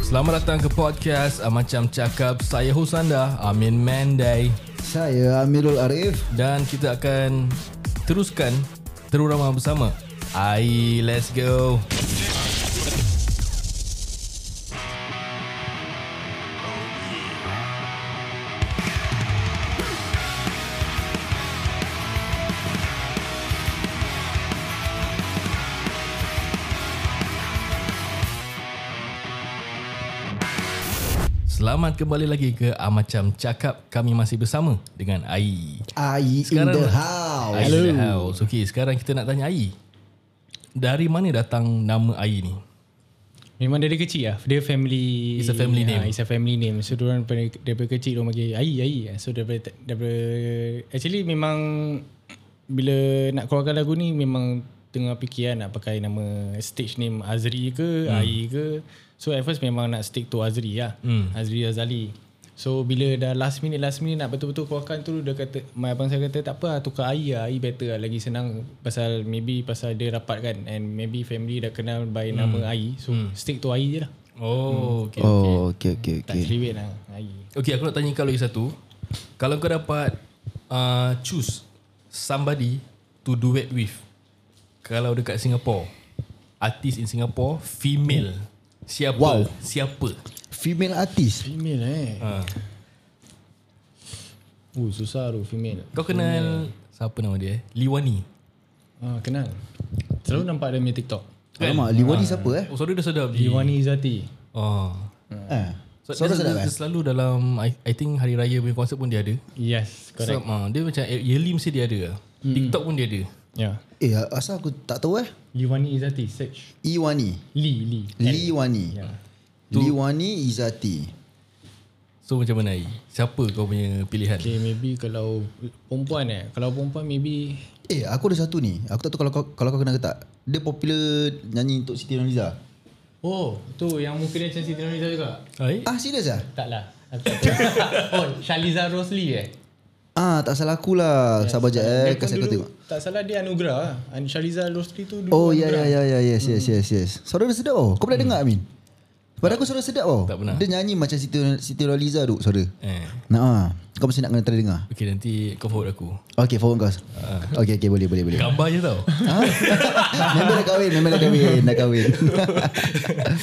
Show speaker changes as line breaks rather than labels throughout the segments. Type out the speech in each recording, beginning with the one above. Selamat datang ke podcast uh, Macam Cakap Saya host anda Amin Mandai
Saya Amirul Arif
Dan kita akan teruskan terurama bersama Air let's go Selamat kembali lagi ke ah, Macam Cakap Kami masih bersama dengan Ai
Ai in
Sekarang- lah.
the house
Ai in the house Okay sekarang kita nak tanya Ai Dari mana datang nama Ai ni?
Memang dari kecil lah. Dia family...
It's a family
Ah,
name.
It's a family name. So, diorang daripada, daripada kecil diorang panggil Ai, Ai. So, daripada, daripada... Actually, memang... Bila nak keluarkan lagu ni, memang tengah fikir lah nak pakai nama stage name Azri ke, hmm. Ai ke. So, at first memang nak stick to Azri lah. Hmm. Azri Azali. So, bila dah last minute, last minute nak betul-betul keluarkan tu, dia kata, my abang saya kata, tak apa lah, tukar Ai lah. Ai better lah, lagi senang. Pasal, maybe pasal dia rapat kan. And maybe family dah kenal by hmm. nama Ai. So, hmm. stick to Ai je lah.
Oh okay
Oh okay okay
Tak
okay
cerewet lah Ai.
Okay aku nak tanya kau lagi satu Kalau kau dapat uh, Choose Somebody To duet with Kalau dekat Singapore Artis in Singapore Female Siapa
Wow.
Siapa
Female artist
Female eh. Ha.
uh,
Uh, susah tu female.
Kau kenal Siapa nama dia eh? Liwani
Ah, kenal. Selalu nampak dia punya TikTok.
Kan?
Alamak Liwani siapa eh
Oh sorry dah sedap je
Iwani Izzati.
oh.
Ah,
So, dia, dia, dia selalu dalam I, I think Hari Raya punya konsert pun dia ada
Yes, correct.
so,
Hmm.
uh, Dia macam Yearly mesti dia ada mm. TikTok pun dia ada
Ya. Yeah.
Eh asal aku tak tahu eh
Iwani Izzati search.
Iwani
Lee, Lee.
Kan?
Liwani
Ya.
Liwani Izati
So macam mana Ai? Siapa kau punya pilihan
Okay, maybe kalau perempuan eh. Kalau perempuan maybe
Eh aku ada satu ni Aku tak tahu kalau kau, kalau kau kenal ke tak Dia popular nyanyi untuk Siti Nurhaliza
Oh, tu yang muka dia macam Siti Nurhaliza juga.
Ai?
Ah serius ah?
Taklah. Aku tak tahu. oh, Shaliza Rosli eh.
Ah tak salah aku lah Sabar je eh
Dia pun
Kasih aku
dulu-
tengok
Tak salah dia anugerah. An Shaliza Rosli tu dulu.
Oh ya
anugerah.
ya ya ya yes yes yes yes. Suara dia sedap oh. Kau pernah dengar Amin? Pada aku suara sedap oh.
Hmm. Tak pernah.
Dia nyanyi macam Siti Siti Nurhaliza tu suara.
Eh.
Nah, ah. kau mesti nak kena try dengar.
Okay nanti kau forward aku
Okay, forward kau.
Ah.
Okay, okay, boleh, boleh, boleh.
Gambar je tau
Ha? member dah kahwin, member dah kahwin, dah kahwin.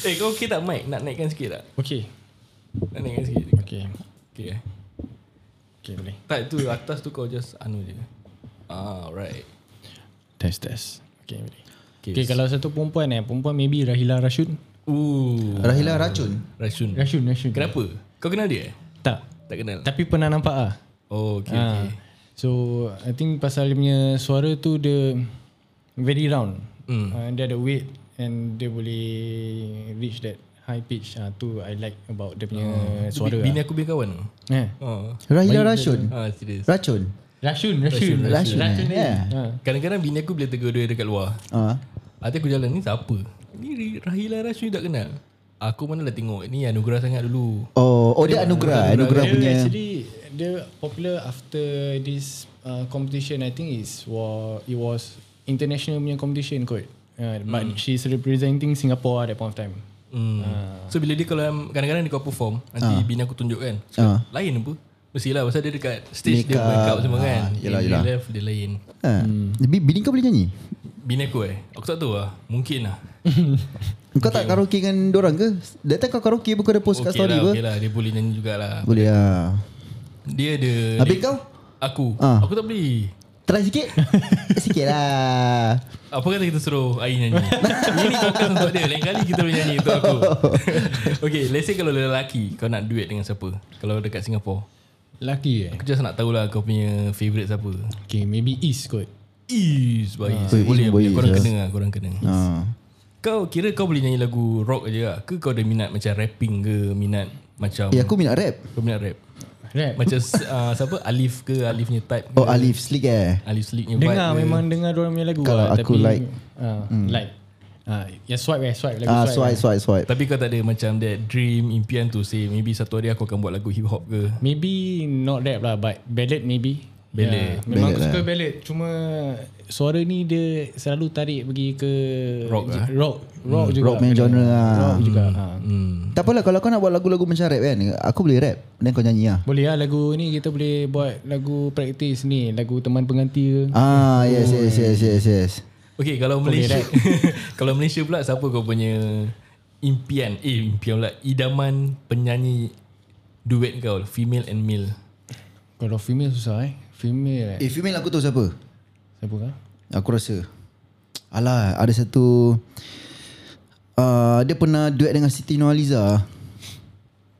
Eh kau okay tak mic? Nak naikkan sikit tak?
Okay.
Nak naikkan sikit
Okay.
Okay eh
Okay, boleh.
Tak tu atas tu kau just anu je Ah right
Test test. Okay, boleh.
Okay,
Okay, okay
so-
kalau satu perempuan eh, perempuan maybe Rahila Rashid.
Ooh
Rahila racun.
Racun
Rashid, Rashid.
Kenapa? Kau kenal dia? eh?
Tak.
Tak kenal
Tapi pernah nampak ah.
Oh okay,
Ah.
okay.
So, I think pasal dia punya suara tu dia very round. Mm. Uh, dia ada weight and dia boleh reach that high pitch. Ah uh, tu I like about dia punya
Itu
suara.
bi- Bini aku punya kawan tu
ah. Eh.
Oh
Rahila racun.
Ah serius
Racun.
Rashid, Rashid.
Racun. eh?
Rashid.
Yeah.
Ah.
Kadang-kadang bini aku bila tegur dia dekat luar
Ah.
Nanti aku jalan ni siapa? Ni Rahila Rashid tak kenal Aku mana lah tengok Ni anugerah sangat dulu
Oh, oh dia anugerah, anugerah
Dia
punya.
actually dia popular after this uh, competition I think is wa, it was international punya competition kot. Uh, but she's representing Singapore at that point of time.
Hmm. So bila dia kalau kadang-kadang dia kau perform, nanti bini aku tunjuk kan. So,
Ah.
Lain apa? Mestilah pasal dia dekat stage
Makeup.
dia make up semua kan.
Ah, yelah,
Dia
yelah.
Live dia lain.
Ha.
Hmm.
Bi- Bini kau boleh nyanyi?
Bini aku eh. Aku tak tahu lah. Mungkin lah.
Kau tak karaoke dengan dorang ke? That time kau karaoke pun kau ada post kat
Okey
story
lah,
apa?
okay lah. Dia boleh nyanyi jugalah.
Boleh ah.
Dia ada...
Habis
dia-
kau?
Aku.
Ah.
Aku tak boleh.
Try sikit? sikit lah.
Apa kata kita suruh Ain nyanyi Ini fokus untuk dia Lain kali kita boleh nyanyi untuk aku Okay let's say kalau lelaki Kau nak duet dengan siapa Kalau dekat Singapore
Lucky eh.
Aku just nak tahulah Kau punya favourite siapa
Okay, maybe East kot.
Is Baik
Eh, Is
Boleh boleh
Boys,
Korang
yes.
kena lah Korang kena
Ah.
Kau kira kau boleh nyanyi lagu rock aja lah Ke kau ada minat macam rapping ke Minat macam
Eh aku minat rap.
Kau minat rap
Right.
Macam uh, siapa Alif ke Alif punya type ke
Oh Alif Slick eh.
Alif Slick punya vibe
Dengar
ke?
memang dengar orang punya lagu lah,
Kalau aku like.
uh, like. Ah, yang swipe eh, swipe lagu
Ah
swipe.
swipe swipe swipe.
Tapi kau tak ada macam that dream impian tu Say maybe satu hari aku akan buat lagu hip hop ke
Maybe not rap lah but ballad maybe.
Ballad.
Ya, memang aku
Ballad
suka ballad. Cuma suara ni dia selalu tarik pergi ke
Rock,
j-
eh?
rock, lah. Hmm. rock juga.
Rock main genre lah
Rock juga. Ha.
Hmm.
Tak apalah kalau kau nak buat lagu-lagu macam rap kan Aku boleh rap Dan kau nyanyi lah
Boleh lah lagu ni kita boleh buat lagu praktis ni, lagu teman pengganti ke.
Ah yes yes yes yes yes
Okay kalau Malaysia Kalau Malaysia pula Siapa kau punya Impian Eh impian pula Idaman penyanyi Duet kau Female and male
Kalau female susah eh. Female eh.
Eh female aku tahu siapa
Siapa kah?
Aku rasa Alah ada satu uh, Dia pernah duet dengan Siti Noaliza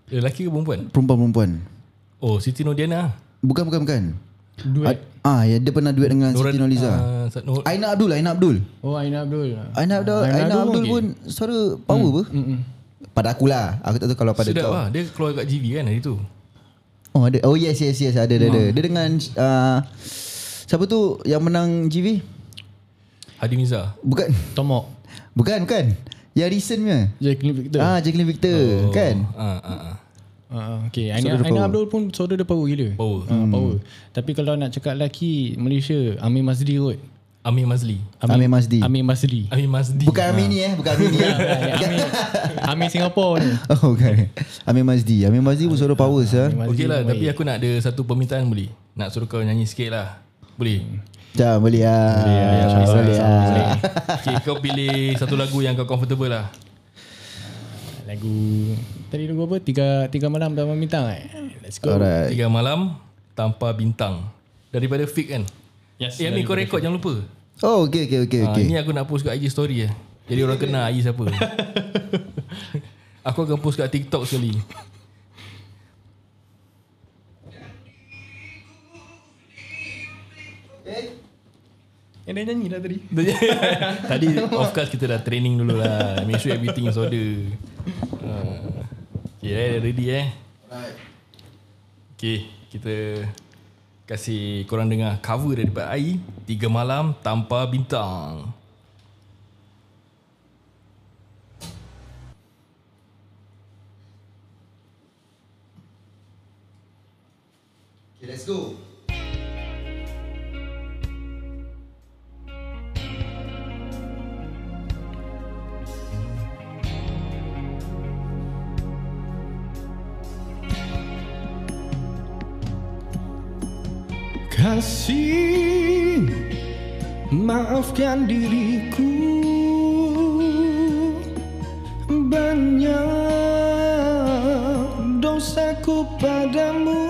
Eh, Lelaki ke perempuan
Perempuan-perempuan
Oh Siti Nodiana
Bukan bukan bukan
Duet.
Ah ya dia pernah duet ah. dengan Siti Noaliza
uh, Sat Nur
Aina Abdul Aina Abdul
Oh Aina Abdul.
Aina Abdul, Aina Aina Abdul pun suara power hmm. apa? Hmm. Pada akulah. Aku tak tahu kalau pada
Sedap
kau.
lah Dia keluar kat GV kan hari tu
Oh ada. Oh yes yes yes ada ada ada. Dia dengan uh, siapa tu yang menang GV?
Hadi Miza
Bukan.
Tomok.
Bukan bukan. Yang recent punya.
Jacqueline Victor.
Ah Jacqueline Victor oh. kan?
ah, ah, ah.
Ah, ah, okay. Aina, Aina Abdul pun suara dia power gila.
Power.
Ah,
Hmm.
power. Tapi kalau nak cakap lelaki Malaysia, Amir Masdi kot.
Amir Mazli
Amir Masdi.
Amir Masdi.
Amir Mazli
Bukan Amir ni eh, bukan Amir ni. eh.
Amir, Amir Singapore ni.
oh bukan. Amir Masdi. Amir Mazdi pun suara power sah.
Okay lah Tapi aku nak ada Satu permintaan boleh Nak suruh kau nyanyi sikit lah Boleh
Jom boleh ah.
Ya,
Boleh ah.
Okay kau pilih Satu lagu yang kau comfortable lah
Lagu Tadi lagu apa? Tiga, tiga malam dalam bintang eh Let's go
Alright.
Tiga malam Tanpa bintang Daripada fake kan
Yes,
Eh Amir kau rekod jangan lupa
Oh okay okay okay
okay.
okay.
Ni aku nak post kat IG story lah Jadi orang kenal IG siapa Aku akan post kat TikTok sekali
Yang dia nyanyi lah tadi
Tadi of course kita dah training dulu lah Make sure everything is order uh, Okay eh, ready eh Okay kita Kasih korang dengar cover daripada AI Tiga malam tanpa bintang
Okay, let's go.
Kasih Maafkan diriku Banyak dosaku padamu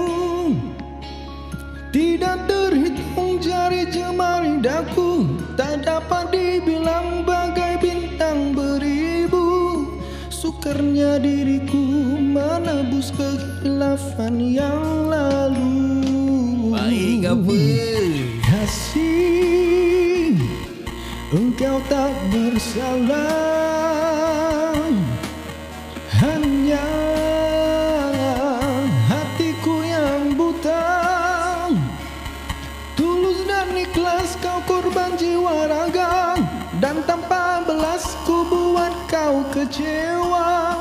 Tidak terhitung jari jemari daku Tak dapat dibilang bagai bintang beribu Sukarnya diriku menebus kehilafan yang lalu
Baik apa
Kasih Engkau tak bersalah Hanya hatiku yang buta Tulus dan ikhlas kau korban jiwa raga Dan tanpa belas ku buat kau kecewa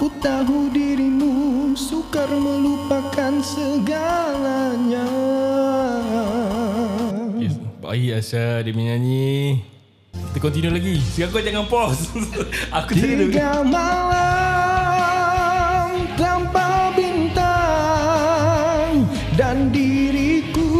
Ku tahu dirimu sukar melupakan segalanya
Yes. Baik Asya dia menyanyi Kita continue lagi Sekarang kau jangan pause Aku tadi
Tiga malam tanpa bintang Dan diriku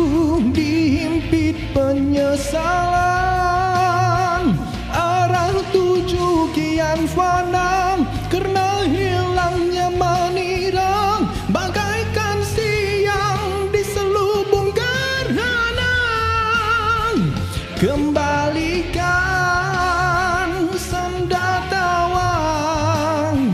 dihimpit penyesalan Arah tuju kian fana Kerana hilangnya manirang Bagaikan siang diselubung gerhana Kembalikan senda tawang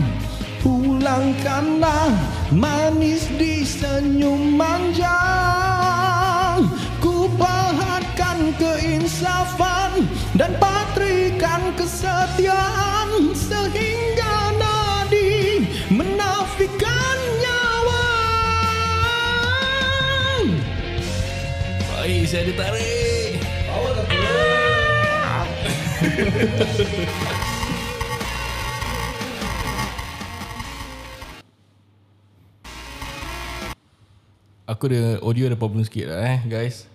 Pulangkanlah manis di senyum manjang Ku pahatkan keinsafan Dan patrikan kesetiaan Sehingga nadi menafikan nyawa
Baik saya ditarik Aku ada audio ada problem sikit lah eh guys.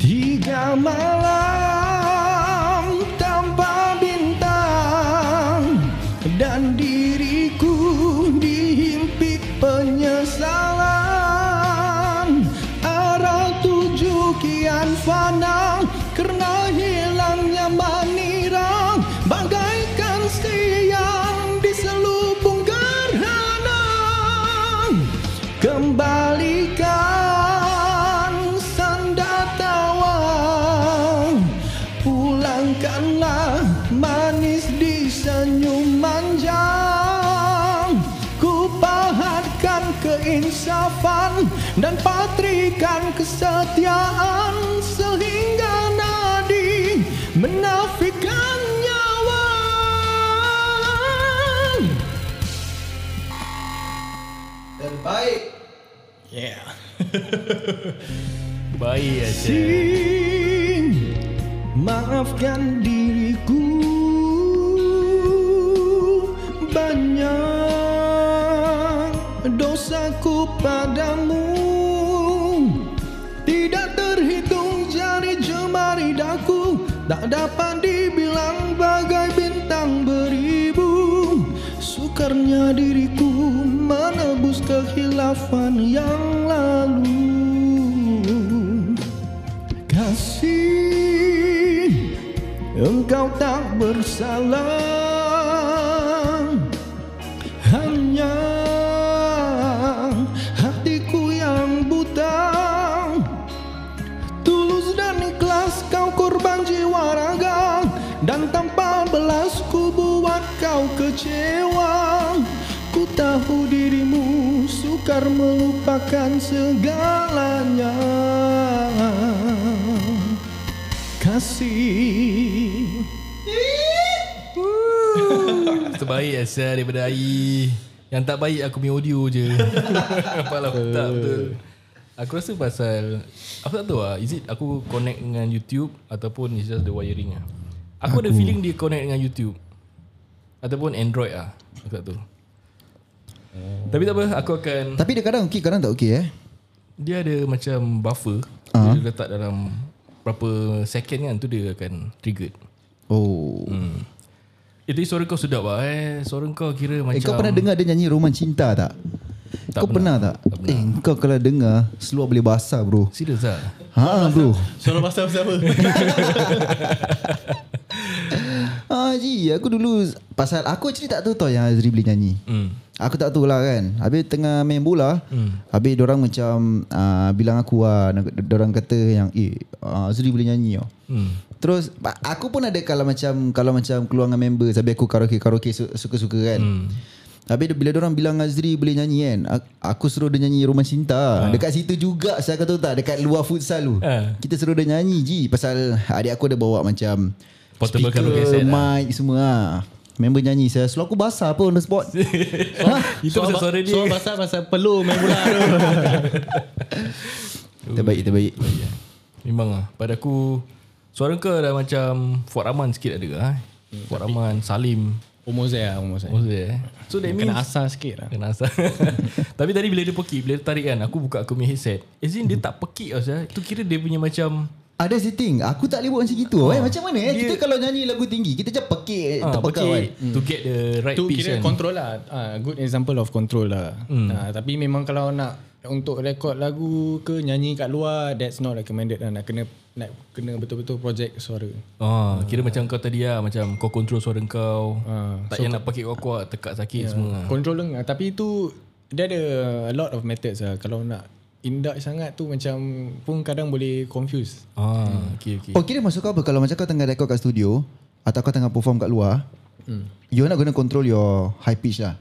Tiga malam tanpa bintang Dan diriku dihimpit penyesalan Arah tuju kian fana Kerana hilangnya manirang Bagaikan siang di selubung gerhana Kembalikan sanda tawa Pulangkanlah manis di senyum manja Ku pahatkan keinsafan Dan patrikan kesetiaan Sehingga nadi menafikan nyawa Terbaik
Yeah.
Baik aja.
Sin Maafkan diriku Banyak dosaku padamu Tidak terhitung jari jemari daku Tak dapat dibilang bagai bintang beribu Sukarnya diriku menebus kehilafan yang lalu kasih Engkau tak bersalah Hanya hatiku yang buta Tulus dan ikhlas kau korban jiwa raga Dan tanpa belas ku buat kau kecewa Ku tahu dirimu sukar melupakan segalanya Kasih
Terbaik Aisyah daripada AI. Yang tak baik aku punya audio je. Apalah tak betul. Aku rasa pasal aku tak tahu lah is it aku connect dengan YouTube ataupun it's just the wiring ah. Aku, aku ada feeling dia connect dengan YouTube ataupun Android ah. Aku tak tahu. Tapi tak apa aku akan
Tapi dia kadang okey kadang tak okey eh
dia ada macam buffer uh-huh. dia letak dalam berapa second kan tu dia akan triggered.
Oh
Eh tadi suara kau sedap lah eh. Suara kau kira macam
Eh kau pernah dengar dia nyanyi Roman Cinta tak?
Tak
kau pernah, tak? Eh kau kalau dengar Seluar boleh basah bro
Serius lah
Ha bro
Suara pasal pasal apa?
Ah ji, aku dulu pasal aku actually tak tahu tau yang Azri boleh nyanyi.
Hmm.
Aku tak tahu lah kan. Habis tengah main bola, hmm. habis orang macam uh, bilang aku lah, orang kata yang eh uh, Azri boleh nyanyi tau. Hmm. Terus ba- aku pun ada kalau macam kalau macam keluar dengan member, habis aku karaoke karaoke su- suka-suka kan. Hmm. Habis dia- bila orang bilang Azri boleh nyanyi kan a- Aku suruh dia nyanyi Roman Cinta ha. Dekat situ juga Saya kata tak Dekat luar futsal tu
Ah.
Kita suruh dia nyanyi ji Pasal adik aku ada bawa macam
Portable
Speaker,
karaoke set lah.
mic semua lah. Member nyanyi saya Selalu aku basah pun on the spot
Itu pasal suara dia
Suara pasal pasal peluh main bola tu.
Terbaik terbaik
Oh, ya. Memang lah Pada aku Suara kau dah macam Fuad Rahman sikit ada ke eh?
Hmm,
Fuad Rahman Salim
Umur saya, umur saya.
Maksudnya eh So that means
Kena asal sikit lah.
Kena asal Tapi tadi bila dia pekik Bila dia tarik kan Aku buka aku punya headset As in dia tak pekik Asya. Itu kira dia punya macam
Ada the thing Aku tak boleh buat macam gitu eh, Macam mana eh Kita kalau nyanyi lagu tinggi Kita je pekik
Oh. ah,
ha, Terpekau kan
pekik To get the right
Tu
pitch
kira
kan
control lah. Ah, good example of control lah. Ah, tapi memang kalau nak untuk rekod lagu ke nyanyi kat luar that's not recommended lah. Nak kena nak kena betul-betul project suara.
Ah, kira macam kau tadi lah Macam kau control suara kau
Ah,
Tak payah nak pakai kuat-kuat Tekak sakit semua lah.
Control lah. Tapi tu dia ada a lot of methods lah. Kalau nak indulge sangat tu macam pun kadang boleh confuse.
Ah,
Hmm.
okay, okay.
Oh kira maksud kau apa Kalau macam kau tengah record kat studio Atau kau tengah perform kat luar
Hmm.
You nak gonna control your high pitch lah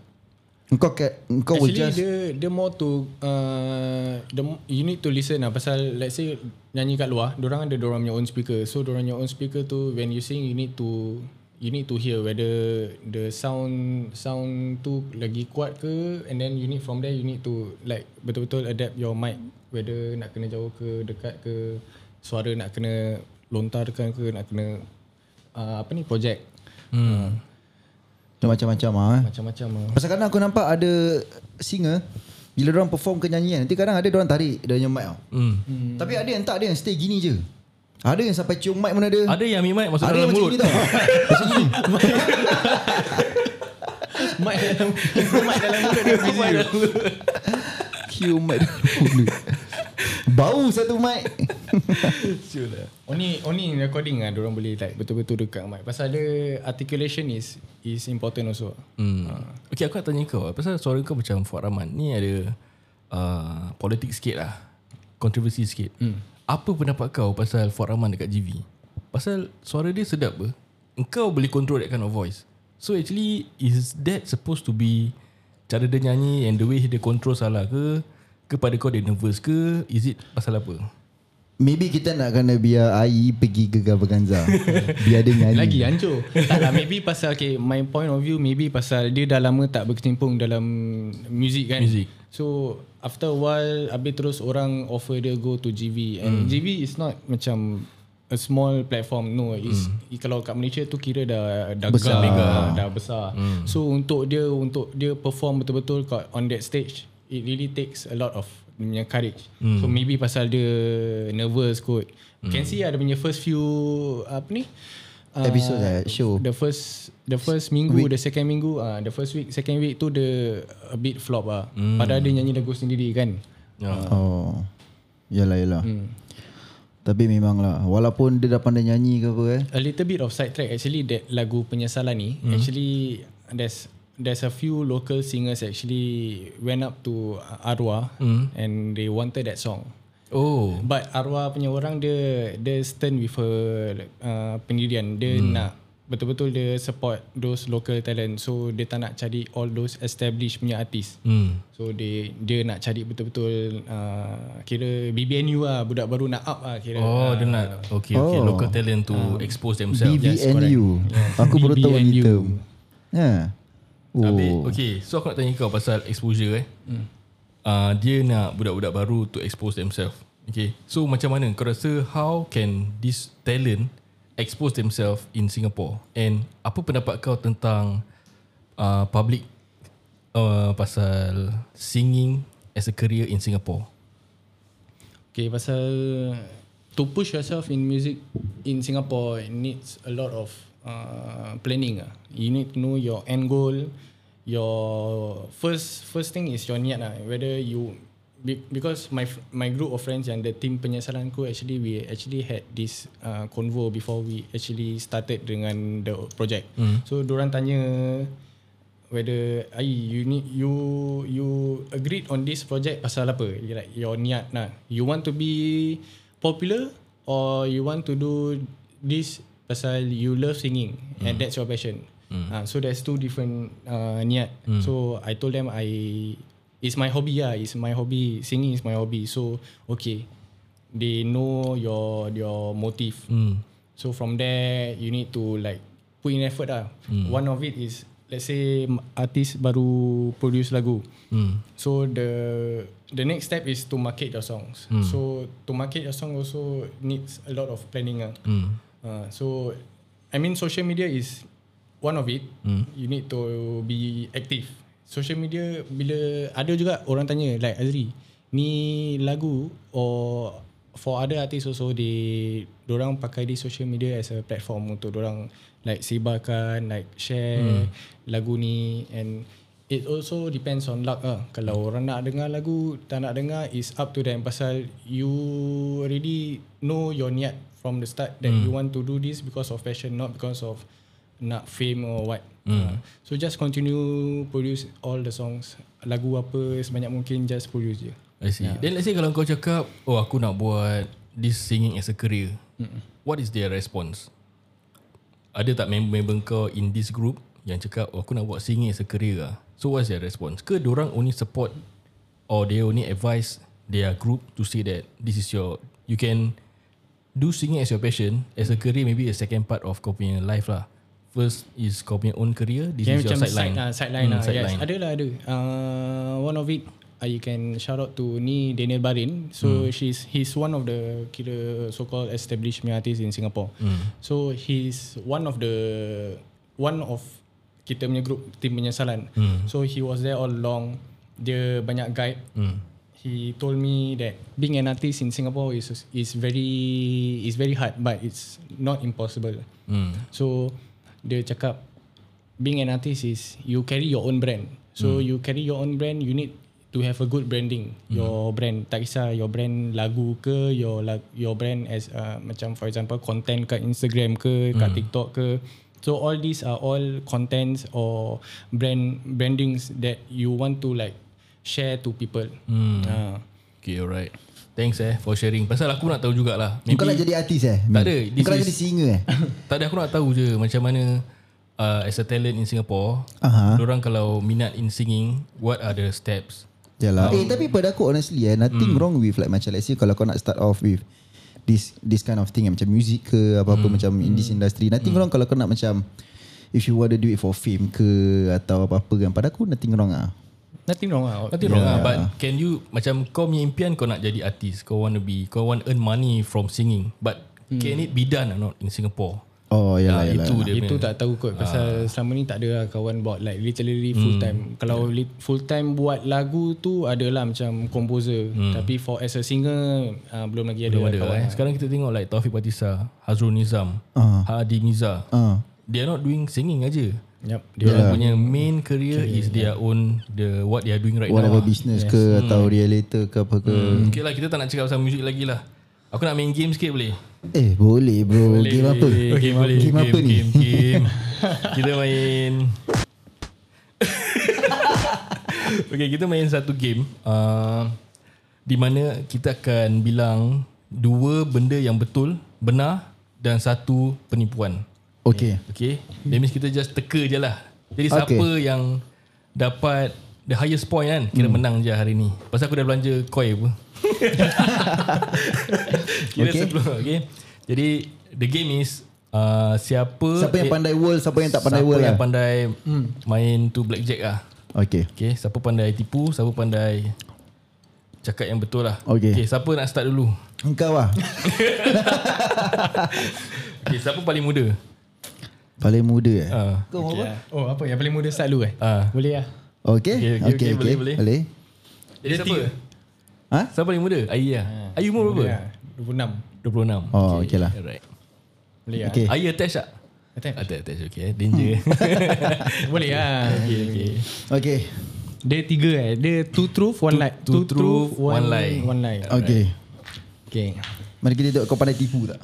Kau cat, kau will
Actually
just
dia dia more to uh, the, you need to listen lah pasal let's say nyanyi kat luar, orang ada orang punya own speaker. So orang punya own speaker tu when you sing you need to you need to hear whether the sound sound tu lagi kuat ke and then you need from there you need to like betul-betul adapt your mic whether nak kena jauh ke dekat ke suara nak kena lontarkan ke nak kena uh, apa ni projek hmm. uh,
Dia Macam-macam ah. eh.
macam-macam lah.
Pasal kadang aku nampak ada singer bila orang perform kenyanyian nanti kadang ada orang tarik dia punya mic tau.
Hmm.
Hmm. Tapi ada yang tak ada yang stay gini je. Ada yang sampai cium mic pun ada.
Ada yang ambil mic masuk
ada
dalam
yang macam
mulut.
gini tau. macam gini.
mic dalam mic dalam mulut dia busy tu.
Cium mic dalam mulut. Bau satu mic.
Only only in recording lah orang boleh like betul-betul dekat mic. Pasal dia articulation is is important also.
Hmm. Okay, aku nak tanya kau. Pasal suara kau macam Fuad Rahman. Ni ada uh, politik sikit lah. Kontroversi sikit. Hmm. Apa pendapat kau pasal Fuad Rahman dekat GV? Pasal suara dia sedap apa? Engkau boleh control that kind of voice. So actually, is that supposed to be cara dia nyanyi and the way dia control salah ke? Kepada kau dia nervous ke? Is it pasal apa?
Maybe kita nak kena biar AI pergi ke Gavaganza. biar dia nyanyi.
Lagi hancur. tak lah, maybe pasal okay, my point of view maybe pasal dia dah lama tak berkecimpung dalam music kan.
Music.
So after a while habis terus orang offer dia go to GV and GV is not macam a small platform no is i- kalau kat Malaysia tu kira dah dah
Besar.
gar, mega dah besar. So untuk dia untuk dia perform betul-betul kat on that stage it really takes a lot of dia punya courage. So maybe pasal dia nervous kot. Can see ada punya first few apa ni uh,
Episode lah, show.
the first the first minggu week. the second minggu ah uh, the first week second week tu the a bit flop ah mm. padahal dia nyanyi lagu sendiri kan
Ah.
Oh. Yalah yalah. Hmm. Tapi memanglah walaupun dia dah pandai nyanyi ke apa eh.
a little bit of side track actually that lagu penyesalan ni mm. actually there's there's a few local singers actually went up to Arwah mm. and they wanted that song
Oh.
but Arwah punya orang dia dia stern with her uh, pendirian dia nak betul-betul dia support those local talent so dia tak nak cari all those established punya artist
Hmm.
So dia dia nak cari betul-betul uh, kira BBNU lah budak baru nak up lah kira.
Oh, dia nak. Okay, okay.
Oh.
Local talent to expose themselves.
E. BVNU. Aku baru tahu ni
BVNU.
term. Ya. Oh.
Habis, okay, so aku nak tanya kau pasal exposure eh. Hmm. Uh, dia nak budak-budak baru to expose themselves. Okay, so macam mana kau rasa how can this talent expose themselves in Singapore? And apa pendapat kau tentang uh, public uh, pasal singing as a career in Singapore?
Okay pasal to push yourself in music in Singapore it needs a lot of uh, planning lah. You need to know your end goal. Your first first thing is your niat lah. Whether you be- because my fr- my group of friends and the team penyesalan ku actually we actually had this uh, convo before we actually started dengan the project. Mm. So diorang tanya whether ai you need you you agreed on this project pasal apa You like your niat nah you want to be popular or you want to do this pasal you love singing mm. and that's your passion mm. uh, so there's two different uh, niat mm. so i told them i it's my hobby yeah it's my hobby singing is my hobby so okay they know your your motive
Hmm.
So from there you need to like put in effort lah. Mm. One of it is let's say m- artist baru produce lagu.
Hmm.
So the the next step is to market your songs. Mm. So to market your song also needs a lot of planning lah. Mm.
hmm.
Uh, so I mean social media is one of it. Mm. You need to be active. Social media bila ada juga orang tanya like Azri, ni lagu or for other artists also they orang pakai di social media as a platform untuk orang like sebarkan, like share mm. lagu ni and It also depends on luck lah. Kalau orang nak dengar lagu, tak nak dengar is up to them pasal you already know your niat from the start that you want to do this because of passion not because of nak fame or what. Uh, so just continue produce all the songs. Lagu apa sebanyak mungkin just produce je.
I see. Yeah. Then let's say kalau kau cakap, oh aku nak buat this singing as a career. Mm-mm. What is their response? Ada tak member-member kau in this group yang cakap, oh aku nak buat singing as a career lah. So what's their response? Ke orang only support or they only advise their group to say that this is your, you can do singing as your passion, as a career maybe a second part of kau punya life lah. First is kau punya own career, this
Dia
is your
macam ah,
ah, sideline.
sideline. Side, uh,
Hmm,
sideline lah. Yes,
sideline.
ada lah ada. Uh, one of it uh, you can shout out to ni Daniel
Hmm.
Barin. So she's he's one of the kira so called established punya artist in Singapore.
Hmm.
So he's one of the one of kita punya group tim penyesalan.
Hmm.
So he was there all along. Dia banyak guide. He told me that being an artist in Singapore is is very is very hard but it's not impossible. So dia cakap being an artist is you carry your own brand. So you carry your own brand, you need to have a good branding. Your brand tak kisah your brand lagu ke, your lag- your brand as uh, macam for example content kat Instagram ke, kat TikTok ke. So all these are all contents or brand brandings that you want to like share to people.
Hmm.
Uh,
Okay alright Thanks eh for sharing Pasal aku nak tahu jugalah
Maybe. Kau nak jadi artis eh?
Tak ada, this
Kau nak
is-
jadi singer eh?
Tak ada aku nak tahu je Macam mana uh, As a talent in Singapore
Aha.
Diorang kalau minat in singing What are the steps
Yalah. Eh tapi pada aku honestly eh nothing mm. wrong with like macam let's say kalau kau nak start off with this this kind of thing eh, macam music ke apa-apa mm. macam in this industry nothing mm. wrong kalau kau nak macam if you want to do it for fame ke atau apa-apa kan pada aku nothing wrong ah.
nothing wrong lah.
Nothing wrong lah But can you Macam kau punya impian Kau nak jadi artis Kau want to be Kau want earn money From singing But Can it be done or not In Singapore
Oh Hmm.
Ah,
yalah yalah.
Itu dia
Itu
punya Ah.
tak tahu kot Pasal selama ni tak ada lah kawan buat Like literally
Hmm.
full time Kalau li- full time buat lagu tu Adalah macam composer Tapi for as a singer uh, Belum lagi ada,
Hmm. Belum ada
ada kawan
eh. Sekarang kita tengok like Taufik Batisa Hazrul Nizam
Ah.
Hadi Miza
Ah.
They are not doing singing aja
yep.
Dia yeah. punya main career is their own the what they are doing right
Whatever
now. lah.
business ke atau realtor ke apa ke.
Okay lah kita tak nak cakap pasal music lagi lah. Aku nak main game sikit boleh?
Eh boleh bro. Boleh, game apa?
Game, game, boleh.
Game, apa ni?
Game, game. kita main... okay, kita main satu game. Uh, di mana kita akan bilang dua benda yang betul, benar dan satu penipuan.
Okay.
Okay That means kita just teka je lah Jadi okay. siapa
Okay.
yang Dapat The highest point kan Kira hmm. menang je hari ni Pasal aku dah belanja koi apa Kira okay.
Okay.
sebelum okay. Jadi The game is uh, Siapa
Siapa yang pandai world, siapa yang tak pandai
siapa
world
yang
lah.
pandai hmm. Main tu blackjack lah
Okay.
Okay Siapa pandai tipu Siapa pandai Cakap yang betul lah
Okay.
okay Siapa nak start dulu
Engkau lah.
okay, Siapa paling muda
Paling muda eh.
uh,
Kau
okay, lah. Oh apa yang paling muda start dulu eh
Ah.
Boleh lah
Okay,
Okay. Okay.
okay, okay,
Okay.
boleh,
okay,
boleh.
Boleh.
Jadi siapa
Ha?
Siapa paling muda Ayi lah Ayi umur berapa
Boleh lah 26
26
Oh, okay lah.
Alright
Boleh lah
Okay. Hmm.
Are you attached tak?
Attached.
Attached, attached okay. eh. Danger
Boleh lah
Okay, okay
Okay.
Dia tiga eh Dia two truth one lie
two truth, one lie.
One lie
Okay.
Okay
Mari kita tengok kau pandai tipu tak?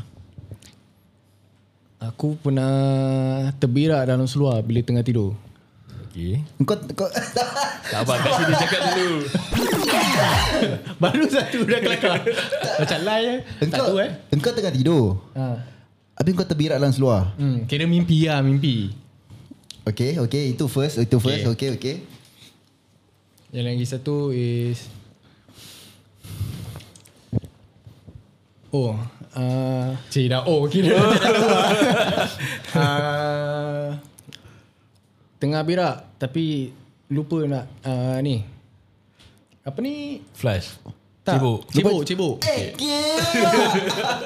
Aku pernah terbirak dalam seluar bila tengah tidur.
Okay
Kau, kau
Tak apa, kat sini cakap dulu
Baru satu dah kelakar. Macam lie eh.
engkau,
Satu eh.
engkau tengah tidur.
Ha.
Habis kau terbirak dalam seluar.
Hmm, kira mimpi lah, mimpi.
Okay, okay. Itu first, itu first. Okay, okay.
Yang lagi satu is... Oh, uh, cik dah oh kira. uh, tengah berak tapi lupa nak uh, ni. Apa ni?
Flash
Tak.
Sibuk
Cibuk, cibuk.
Eh, gila!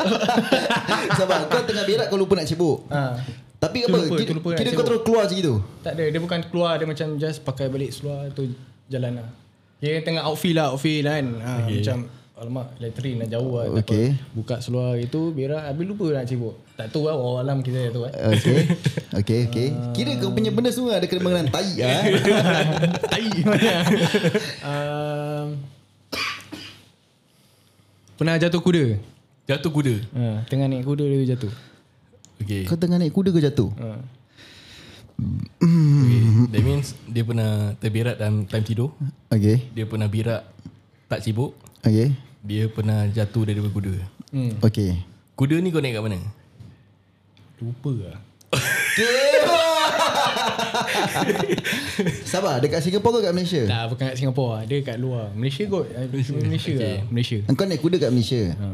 Sabar, kau tengah berak kau lupa nak cebok.
Ha.
Tapi
Tu
apa,
lupa,
kira,
tu lupa nak
kira kau
cebok.
terus keluar macam itu?
Tak ada, dia bukan keluar, dia macam just pakai balik seluar tu jalan lah. Dia tengah outfield lah, outfield kan. Ha, okay. Macam, alamak, elektrik nak jauh lah. tak apa.
Okay.
Buka seluar gitu, berak, habis lupa nak cibuk. Tak tahu lah, orang alam kita tak tahu lah.
Okay, okay, okay. Kira kau punya benda semua ada kena mengenai tai lah. eh.
Tai mana? um, pernah jatuh kuda?
Jatuh kuda
Ha, tengah naik kuda dia jatuh.
Okay,
Kau tengah naik kuda ke jatuh?
Ha.
okay.
Hmm.
That means Dia pernah terberat dalam time tidur
Okay,
Dia pernah birak Tak sibuk
okay,
Dia pernah jatuh daripada kuda
Hmm.
okay.
Kuda ni kau naik kat mana?
Lupa lah.
Sabar, dekat Singapura ke kat Malaysia?
Tak, bukan kat Singapura. Dia kat luar. Malaysia kot. Malaysia, Malaysia okay. lah. Malaysia.
Engkau naik kuda kat Malaysia. Ha.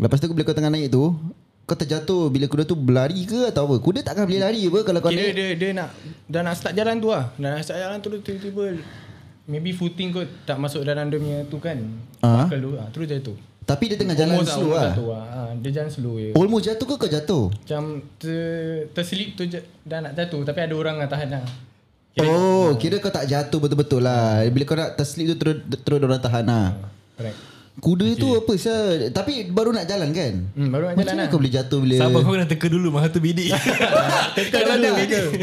Lepas tu bila kau tengah naik tu, kau terjatuh bila kuda tu berlari ke atau apa? Kuda takkan boleh lari apa kalau kau
Kira
naik?
dia, dia nak Dah nak start jalan tu lah Dah nak start jalan tu dia Tiba-tiba Maybe footing kot tak masuk dalam dia punya tu kan.
Ah.
Buckle tu, ah, terus jatuh.
Tapi dia tengah jalan
Umur tak-
slow
umur
lah.
tak tua, ah. Dia jalan slow je.
Almost jatuh ke kau jatuh?
Macam ter, terselip tu je- dah nak jatuh tapi ada orang yang tahan lah.
oh, kira kau tak jatuh betul-betul lah. Bila kau nak terslip tu terus terus orang tahan lah.
Correct.
Kuda tu apa sah? Tapi baru nak jalan kan?
Hmm, baru nak
Macam
jalan
mana
lah.
kau boleh jatuh bila
Sabar kau kena teka dulu Mahal tu bidik Teka dulu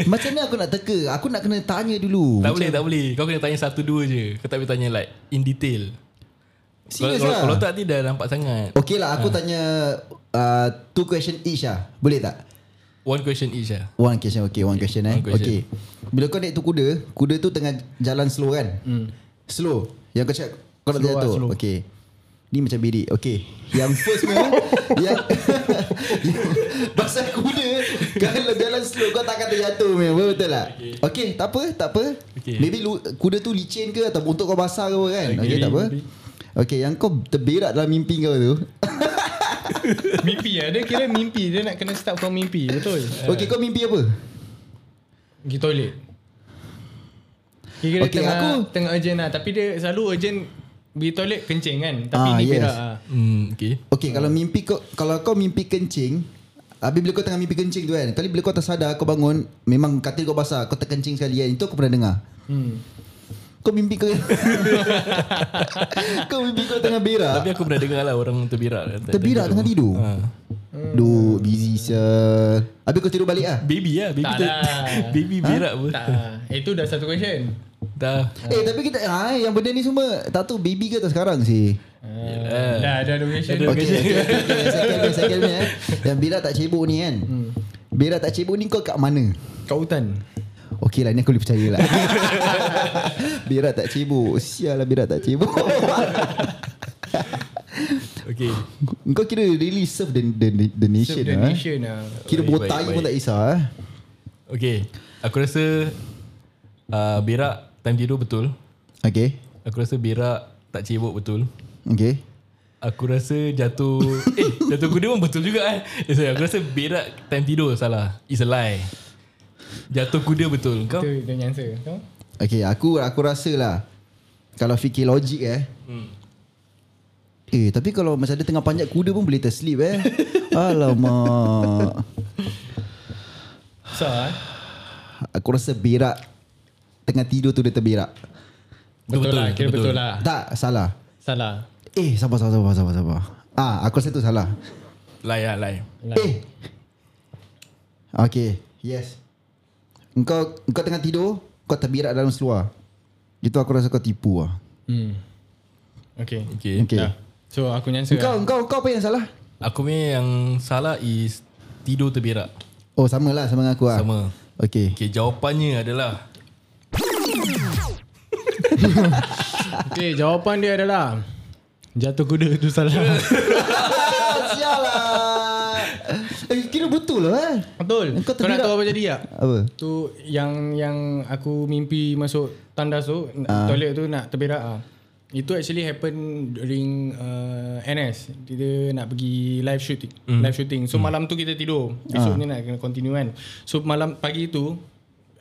Macam mana aku nak teka? Aku nak kena tanya dulu.
Tak boleh tak boleh Kau kena tanya satu dua je Kau tak boleh tanya like In detail Kalau,
Serius
kalau,
lah.
kalau tak nanti dah nampak sangat
Okey lah, aku tanya uh, two question each lah. Boleh tak?
One question each lah
One question, okay. One question eh.
one question.
Okay. Bila kau naik tu kuda, kuda tu tengah jalan slow kan? Hmm. Slow. Yang kau cakap kau nak
Slow lah,
jatuh.
slow.
okay. Ni macam bidik. Okay. Yang first memang yang, yang pasal kuda kalau jalan slow kau takkan terjatuh memang betul tak? Okay. okay, tak apa, tak apa.
Okay.
Maybe lu, kuda tu licin ke atau untuk kau basah ke apa kan? Okay, okay tak apa. Okay, yang kau terberak dalam mimpi kau tu.
mimpi lah. Dia kira mimpi. Dia nak kena start from mimpi. Betul.
Okay, kau mimpi apa?
Pergi toilet. Kira okay,
Okay,
tengah, aku...
aku-
tengah urgent lah. Tapi dia selalu urgent pergi toilet kencing kan. Tapi
Ah,
ah, ni
yes.
yes. berak lah.
Hmm okay
Okay, kalau mimpi kau kalau kau mimpi kencing, habis bila kau tengah mimpi kencing tu kan, kali bila kau tersadar kau bangun, memang katil kau basah, kau terkencing sekali kan. Itu aku pernah dengar.
Hmm.
Kau mimpi kau Kau mimpi kau tengah berak.
Tapi aku pernah dengar lah Orang terbirak
Terbirak tengah tidur.
ha.
Duh, busy sel. Habis kau tidur balik ah.
Baby lah Ha? Baby,
Tak
ter-
lah.
baby berak pun
Tak. eh, Itu dah satu question.
Dah
Eh tapi kita ah yang benda ni semua tak tahu baby ke tak sekarang sih.
Eh,
Uh, dah, dah ada question.
Ada
Okey, okey, okey, okey. Second ni, second ni eh. Yang berak tak cebok ni kan.
Hmm.
Berak tak cebok ni kau kat mana?
Kat hutan.
Okey lah ni aku boleh percaya lah Berat tak cebok Sial lah berat tak cebok
Okay
Kau kira really serve the, the, the nation,
Nation the
lah, eh?
nation lah.
Kira
Baik,
botai
baik,
pun
baik.
tak kisah eh?
Okay Aku rasa uh, Berak Time tidur betul
Okay
Aku rasa berak Tak cebok betul
Okay
Aku rasa jatuh Eh jatuh kuda pun betul juga eh eh, sorry, Aku rasa berak Time tidur salah It's a lie Jatuh kuda betul Kau
Itu dia punya answer. Kau?
Okay aku aku rasa lah Kalau fikir logik eh
Hmm.
Eh tapi kalau macam dia tengah panjat kuda pun boleh terslip eh Alamak
Sah. eh?
Aku rasa berak Tengah tidur tu dia terberak
Betul,
Betul, lah.
betul,
Kira betul,
betul.
lah.
Tak salah
Salah.
Eh sabar sabar sabar sabar sabar Ah aku rasa tu salah
Lie lah lie
Eh. Okay. Yes. Engkau engkau tengah tidur, kau terbirak dalam seluar. Itu aku rasa kau tipu ah.
Hmm. Okay.
Okay,
Okay.
Dah. So aku punya answer
Engkau
lah.
engkau engkau apa yang salah?
Aku punya yang salah is Tidur terberak
Oh sama lah sama dengan aku ah.
Sama
Okay.
Okay jawapannya adalah
Okay jawapan dia adalah Jatuh kuda tu salah
Sial lah. Eh, kira betul lah eh.
Betul
Kau
Kau,
tergerak.
nak tahu apa jadi tak?
Apa?
Tu yang yang aku mimpi masuk tandas tu uh. toilet tu nak terberak ah. Itu actually happen during uh, NS. Dia nak pergi live shooting. Mm. Live shooting. So mm. malam tu kita tidur. Besoknya uh. nak kena continue kan. So malam pagi tu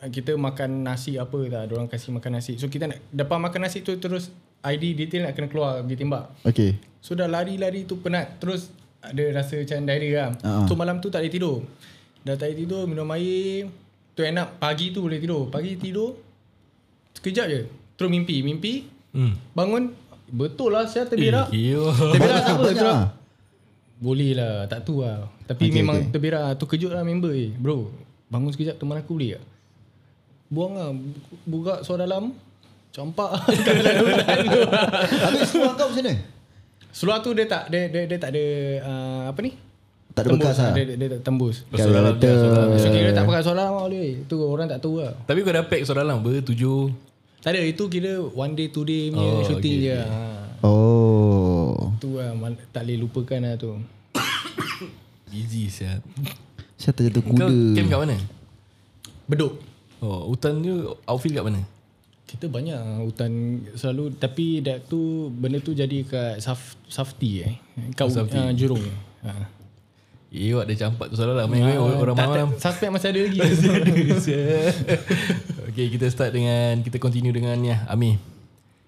uh, kita makan nasi apa tak. Diorang kasih makan nasi. So kita nak depan makan nasi tu terus ID detail nak kena keluar ditembak.
Okay.
So dah lari-lari tu penat Terus ada rasa macam diarrhea lah
Ah.
uh-huh. So malam tu tak boleh tidur Dah tak boleh tidur minum air Tu enak pagi tu boleh tidur Pagi tidur Sekejap je Terus mimpi Mimpi
Hmm
Bangun Betul lah
Eh,
saya terberak
kira.
Terberak tak apa
Banyak
terus-
ah.
Boleh lah Tak tu lah Tapi
Okay,
okay, memang
okay.
okay. terberak lah. Tu kejut lah member eh Bro Bangun sekejap teman aku boleh tak Buang lah bu- Buka suara dalam Campak Kat dalam hutan tu.
Habis seluar kau macam mana?
Seluar tu dia tak dia dia, dia tak ada uh, apa ni?
Tak ada
tembus,
bekas lah.
Dia, dia, dia tak tembus.
Masuk dalam je, masuk dalam.
So kira lah. tak pakai seluar lama boleh. Tu orang tak tahu lah.
Tapi kau dah pack suara dalam Bertujuh
Tak ada itu kira one day two day punya
Oh,
oh, shooting
okay,
okay, je.
okay.
Okay. Ha,
Oh.
tu lah mal- tak boleh lupakan lah tu.
Busy siap
Saya terjatuh
Kau camp
kuda.
kat mana?
Bedok.
Oh hutan tu Outfield kat mana?
Kita banyak hutan selalu tapi dah tu benda tu jadi kat Saf, Safti eh. Kat
Safti.
uh, Jurong. Ha.
Eh awak dah campak tu salah lah Main-main orang
Ah, tak,
malam
tak, Suspek masih ada lagi.
okay, kita start dengan kita continue dengan ya Ami.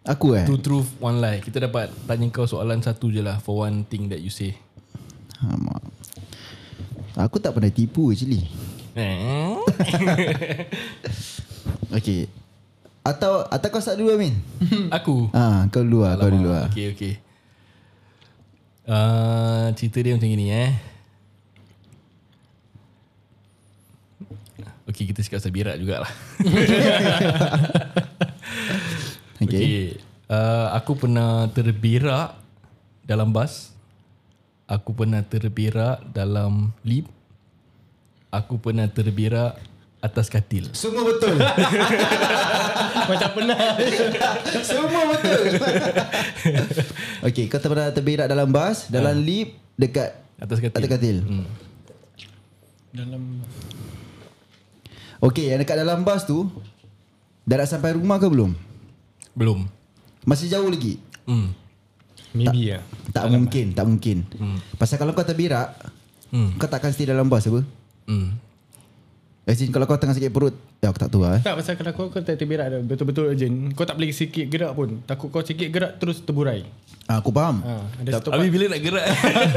Aku eh
Two truth, one lie. Kita dapat tanya kau soalan satu je lah for one thing that you say.
Alamak. Aku tak pernah tipu actually
Eh?
Okay Atau Atau kau start dulu Amin
Aku.
Ah, Kau dulu lah Kau dulu lah
Okay, okay. Uh, cerita dia macam gini eh. Okay, kita cakap pasal berak jugalah. Okay.
Okay, okay.
Uh, aku pernah terberak dalam bas. Aku pernah terberak dalam lift. Aku pernah terberak atas katil.
Semua betul
Macam pernah
Semua betul Okay Kau pernah terberak dalam bas Dalam lift Dekat
Atas katil.
Atas katil
Hmm.
Dalam
Okay yang dekat dalam bas tu Dah nak sampai rumah ke belum?
Belum.
Masih jauh lagi?
Hmm.
Maybe lah
Tak Hmm. mungkin Tak mungkin Pasal kalau kau terberak
Hmm.
Kau takkan stay dalam bas apa?
Hmm.
As in kalau kau tengah sakit perut Ya aku tak tahu lah eh.
Tak pasal kalau kau Kau tak terberak dah Betul-betul urgent Kau tak boleh sikit gerak pun Takut kau sikit gerak Terus terburai
Ah, Aku faham
ha, Ada satu
Habis bila nak gerak?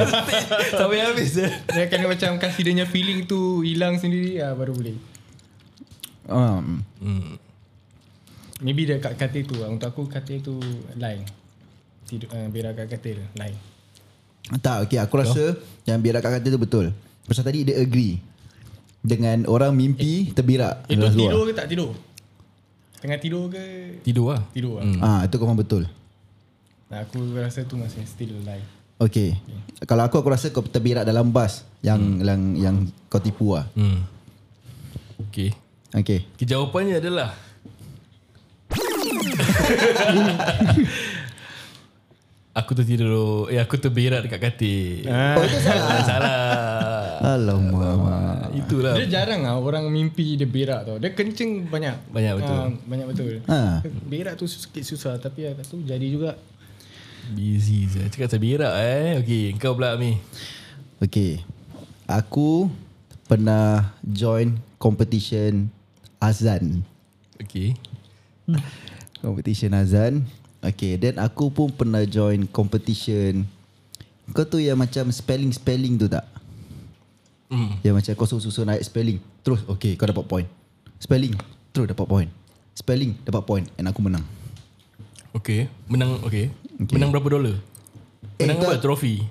Sampai habis eh. je.
Dia kena macam Kasih dia punya feeling tu Hilang sendiri ha, Baru boleh
um,
Hmm.
Maybe dia kat katil tu lah. Untuk aku katil tu Lain Tidur uh, Berak kat katil Lain
Tak okay aku rasa Yang biar kat kata tu betul Pasal tadi dia agree Dengan orang mimpi terbirak
Itu
dalam
Eh,
ah?
tidur ke tak tidur? Tengah tidur ke
Tidur lah.
Tidur lah
Hmm.
Ah, Itu memang betul
Nah, Aku rasa tu masih still alive
Okay Kalau aku aku rasa kau terbirak dalam bas Yang yang, yang kau tipu lah
Hmm. Okay.
Okay
okay. Jawapannya adalah Aku tertidur Eh aku terberak dekat katil Ah,
Oh itu salah
Salah
Alamak
Itulah
Dia jarang lah orang mimpi dia berak tau Dia kencing banyak
Banyak betul. Ha.
Ah, Banyak betul
Ah.
Berak tu sikit susah Tapi aku tu jadi juga
Busy saya Cakap pasal berak eh Okay Kau pula Ami
Okay Aku Pernah join competition Azan
Okay
Competition Azan Okay then aku pun pernah join competition Kau tu yang macam spelling-spelling tu tak?
Hmm.
Yang macam kau susun-susun naik spelling Terus okay kau dapat point Spelling Terus dapat point Spelling dapat point And aku menang
Okay Menang okay. okay Menang berapa dolar?
Eh,
Menang
kau-
apa? Trofi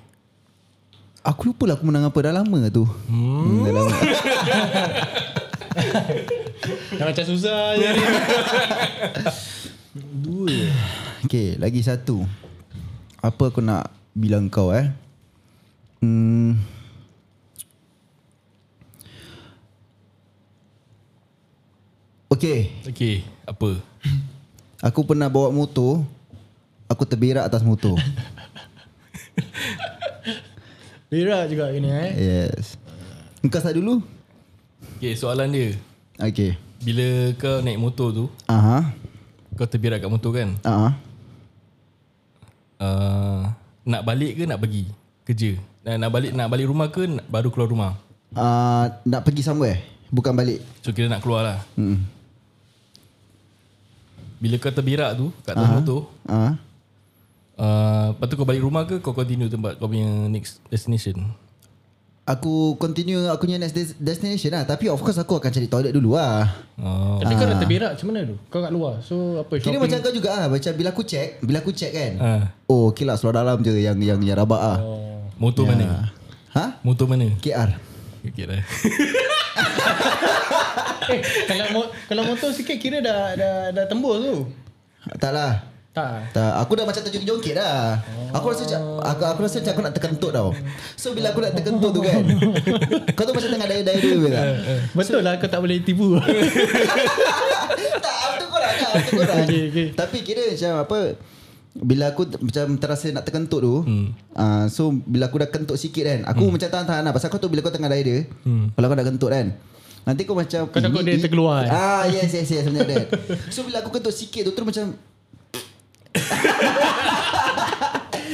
Aku lupa lah aku menang apa dah lama tu hmm. Hmm, dah lama.
Dah macam susah je
Okay lagi satu Apa aku nak bilang kau eh Hmm Okay
Okay Apa?
Aku pernah bawa motor Aku terberak atas motor
Berak juga kena eh
Yes Engkau start dulu
Okay soalan dia
Okay
Bila kau naik motor tu
Aha
Kau terberak kat motor kan?
Aha
uh, nak balik ke nak pergi kerja? Nak, nak balik nak balik rumah ke nak, baru keluar rumah?
uh, Nak pergi somewhere Bukan balik
So kira nak keluar lah.
hmm.
Bila kau terberak tu kat dalam uh-huh. motor,
Aha
uh, lepas tu kau balik rumah ke kau continue tempat kau punya next destination?
Aku continue aku punya next des- destination lah Tapi of course aku akan cari toilet dulu lah
Oh.
Tapi kau dah terberak macam mana tu? Kau kat luar So apa
Kira
shopping
macam kau juga lah Macam bila aku check Bila aku check kan
Uh,
Oh okay lah seluar dalam je yang yang, yang rabak lah
motor yeah. mana?
Ha?
Motor mana?
KR
Okay lah.
eh, kalau, mo- kalau motor sikit kira dah, dah, dah tembus tu
Tak lah
Tak
tak, aku dah macam terjungkit-jungkit dah. Aku rasa macam, aku, aku rasa macam aku nak terkentut tau. So bila aku nak terkentut tu kan. kau tu macam tengah daya-daya dia bila.
Betul lah kau tak boleh tipu
tak, aku korang lah, aku korang.
Okay, okay.
Tapi kira macam apa, bila aku t- macam terasa nak terkentut tu hmm. uh, So bila aku dah kentut sikit kan
Hmm.
Aku macam tahan-tahan lah Pasal kau tu bila kau tengah daya dia hmm. Kalau kau dah kentut kan Nanti kau macam
Kau takut
ini-
dia
ini-
terkeluar, eh?
Ah yes yes yes Macam that So bila aku kentut sikit tu Terus macam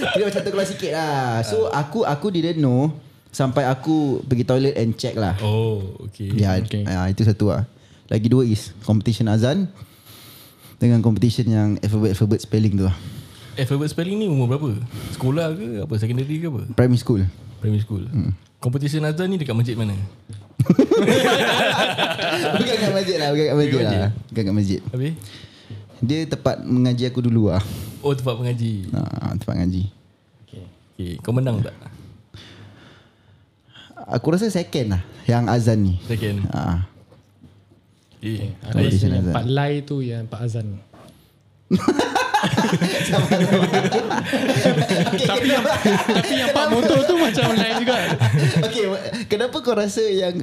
Dia macam terkeluar sikit lah So
Ah.
aku aku didn't know Sampai aku pergi toilet and check lah
Oh, okay.
Ya, okay.
Okay.
itu satu lah. Lagi dua is competition azan. Dengan competition yang alphabet-alphabet spelling tu lah.
Alphabet Eh, spelling ni umur berapa? Sekolah ke apa? Secondary ke apa?
Primary school.
Primary school. Hmm. Competition Azhar ni dekat masjid mana?
bukan kat masjid lah. Bukan kat masjid lah. Bukan kat masjid.
Habis?
Dia tempat mengaji aku dulu lah.
Oh tempat pengaji.
Ha, tempat ngaji.
Okay. Kau menang tak?
Aku rasa second lah yang azan ni.
Second.
Ha. Ya.
Okay.
Aku rasa yang Pak Lai tu yang Pak Azan. tapi yang tapi yang Pak Motor tu macam lain juga.
okay, kenapa kau rasa yang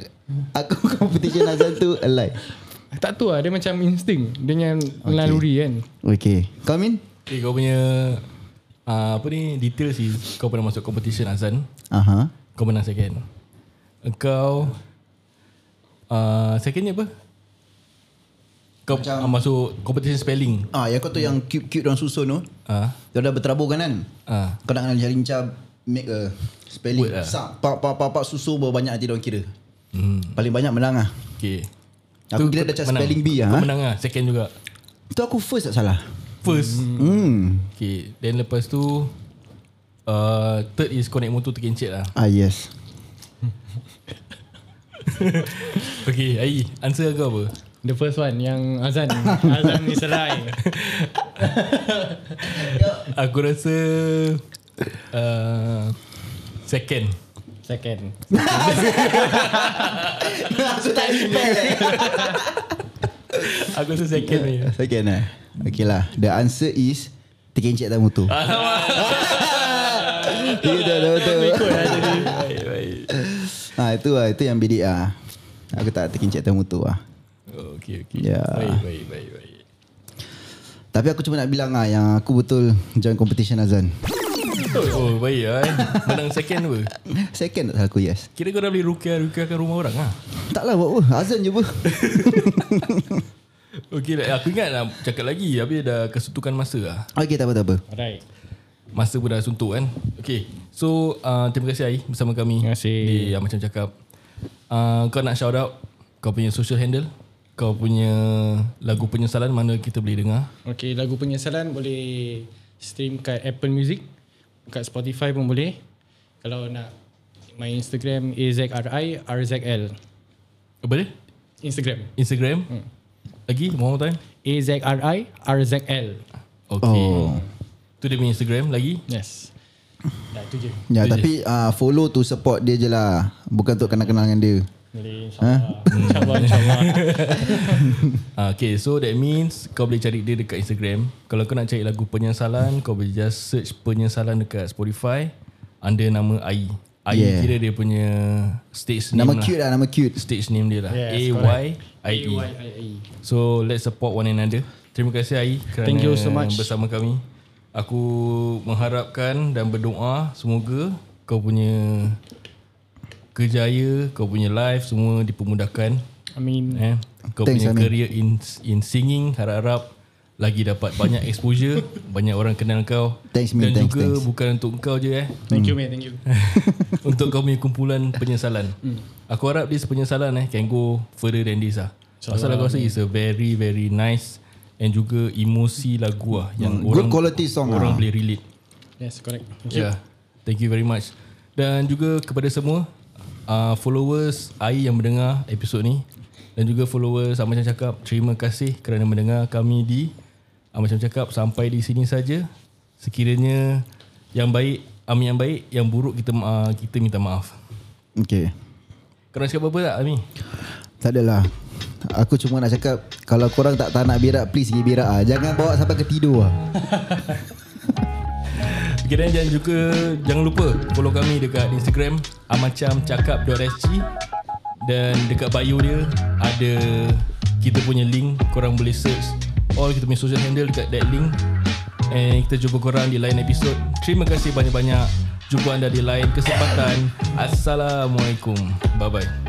aku competition azan tu alike?
Tak tahu lah, dia macam insting. Dia yang melaluri kan.
Okay. Kau Min?
Okay Eh, kau punya uh, Apa ni Detail sih Kau pernah masuk competition Azan
Aha.
Kau menang second Kau uh, Second ni apa? Kau uh, masuk competition spelling
Ah, yang kau tu yang cute-cute orang susun tu.
Ah,
Dia dah berterabur kan kan?
ah.
Kau nak kena lincah make a spelling.
Word lah.
Sak, pak, pak, pak, pak, susu berapa banyak nanti diorang kira. Paling banyak menang lah.
Okay
Aku
Tu
kira
kau
dah macam
menang.
spelling B lah.
Kau
ha?
menang lah Second juga
Tu aku first tak salah.
First
Hmm.
Okay Then lepas tu uh, Third is connect motor terkencit lah
Ah, yes.
Okay Ai Answer kau apa?
The first one yang Azan. Azan ni serai.
Aku rasa uh, Second
Second.
Aku tak prepare.
Aku rasa second ni
Second eh Okay lah The answer is Terkencet dalam motor
Ah.
Betul betul betul
Baik baik
ha, Itu lah Itu yang bidik lah Aku tak terkencet dalam motor lah
Okey okey.
Ya.
Baik baik baik baik.
Tapi aku cuma nak bilang lah Yang aku betul Join competition Azan
Oh, oh baik ah. eh. Menang second apa?
Second tak salah aku yes
Kira kau dah beli rukia rukia ke rumah orang ah.
Tak lah buat apa Azan je apa
Okey lah. aku ingat lah cakap lagi habis dah kesuntukan masa ah.
Okay tak apa tak apa
Alright.
Masa pun dah suntuk kan. Okey. So uh, terima kasih Ai bersama kami.
Terima kasih.
Di yang macam cakap. Uh, kau nak shout out kau punya social handle, kau punya lagu penyesalan mana kita boleh dengar.
Okay, lagu penyesalan boleh stream kat Apple Music, kat Spotify pun boleh. Kalau nak my Instagram azri rzl.
Apa dia?
Instagram
Instagram. Hmm. Lagi one more time.
azri rzl.
Okey. Oh. Tu dia punya Instagram lagi.
Yes. Dah tu je.
Ya tapi uh, Follow to support dia je lah Bukan untuk kenal-kenal dengan dia
Boleh insyaAllah. InsyaAllah, insyaAllah.
Ah, Okay so that means Kau boleh cari dia dekat Instagram Kalau kau nak cari lagu penyesalan Kau boleh just search penyesalan dekat Spotify Under nama AI AI yeah.
Yeah.
kira dia punya Stage name
Nama
lah
cute lah Nama cute
Stage name dia lah
Yes,
A-Y-I-E
AYIE.
So let's support one another Terima kasih AI kerana
Thank you so much.
Bersama kami Aku mengharapkan dan berdoa Semoga kau punya Kejaya Kau punya life Semua dipermudahkan
I mean,
eh kau
Thanks,
punya
Amin.
career in in singing harap-harap lagi dapat banyak exposure banyak orang kenal kau
Thanks, Min.
dan
Thanks,
juga
thanks.
bukan untuk kau je eh
thank you man, thank you.
untuk kau punya kumpulan penyesalan aku harap this penyesalan eh can go further than this lah pasal aku rasa is a very very nice and juga emosi lagu lah yang
Good
orang
quality song
orang
lah.
boleh relate
Yes, correct. Thank you.
Yeah. Thank you very much. Dan juga kepada semua uh, followers AI yang mendengar episod ni dan juga followers Amat Macam Cakap, terima kasih kerana mendengar kami di Amat Macam Cakap sampai di sini saja. Sekiranya yang baik, Ami yang baik, yang buruk kita uh, kita minta maaf.
lah. Okay
Kau nak cakap apa tak Ami?
Tak adalah Aku cuma nak cakap Kalau korang tak, tak nak berak Please pergi berak ah. Jangan bawa sampai ke tidur ah.
Okay dan jangan juga jangan lupa follow kami dekat Instagram amacamcakap.sg dan dekat bio dia ada kita punya link korang boleh search all kita punya social handle dekat that link and kita jumpa korang di lain episod terima kasih banyak-banyak jumpa anda di lain kesempatan Assalamualaikum bye bye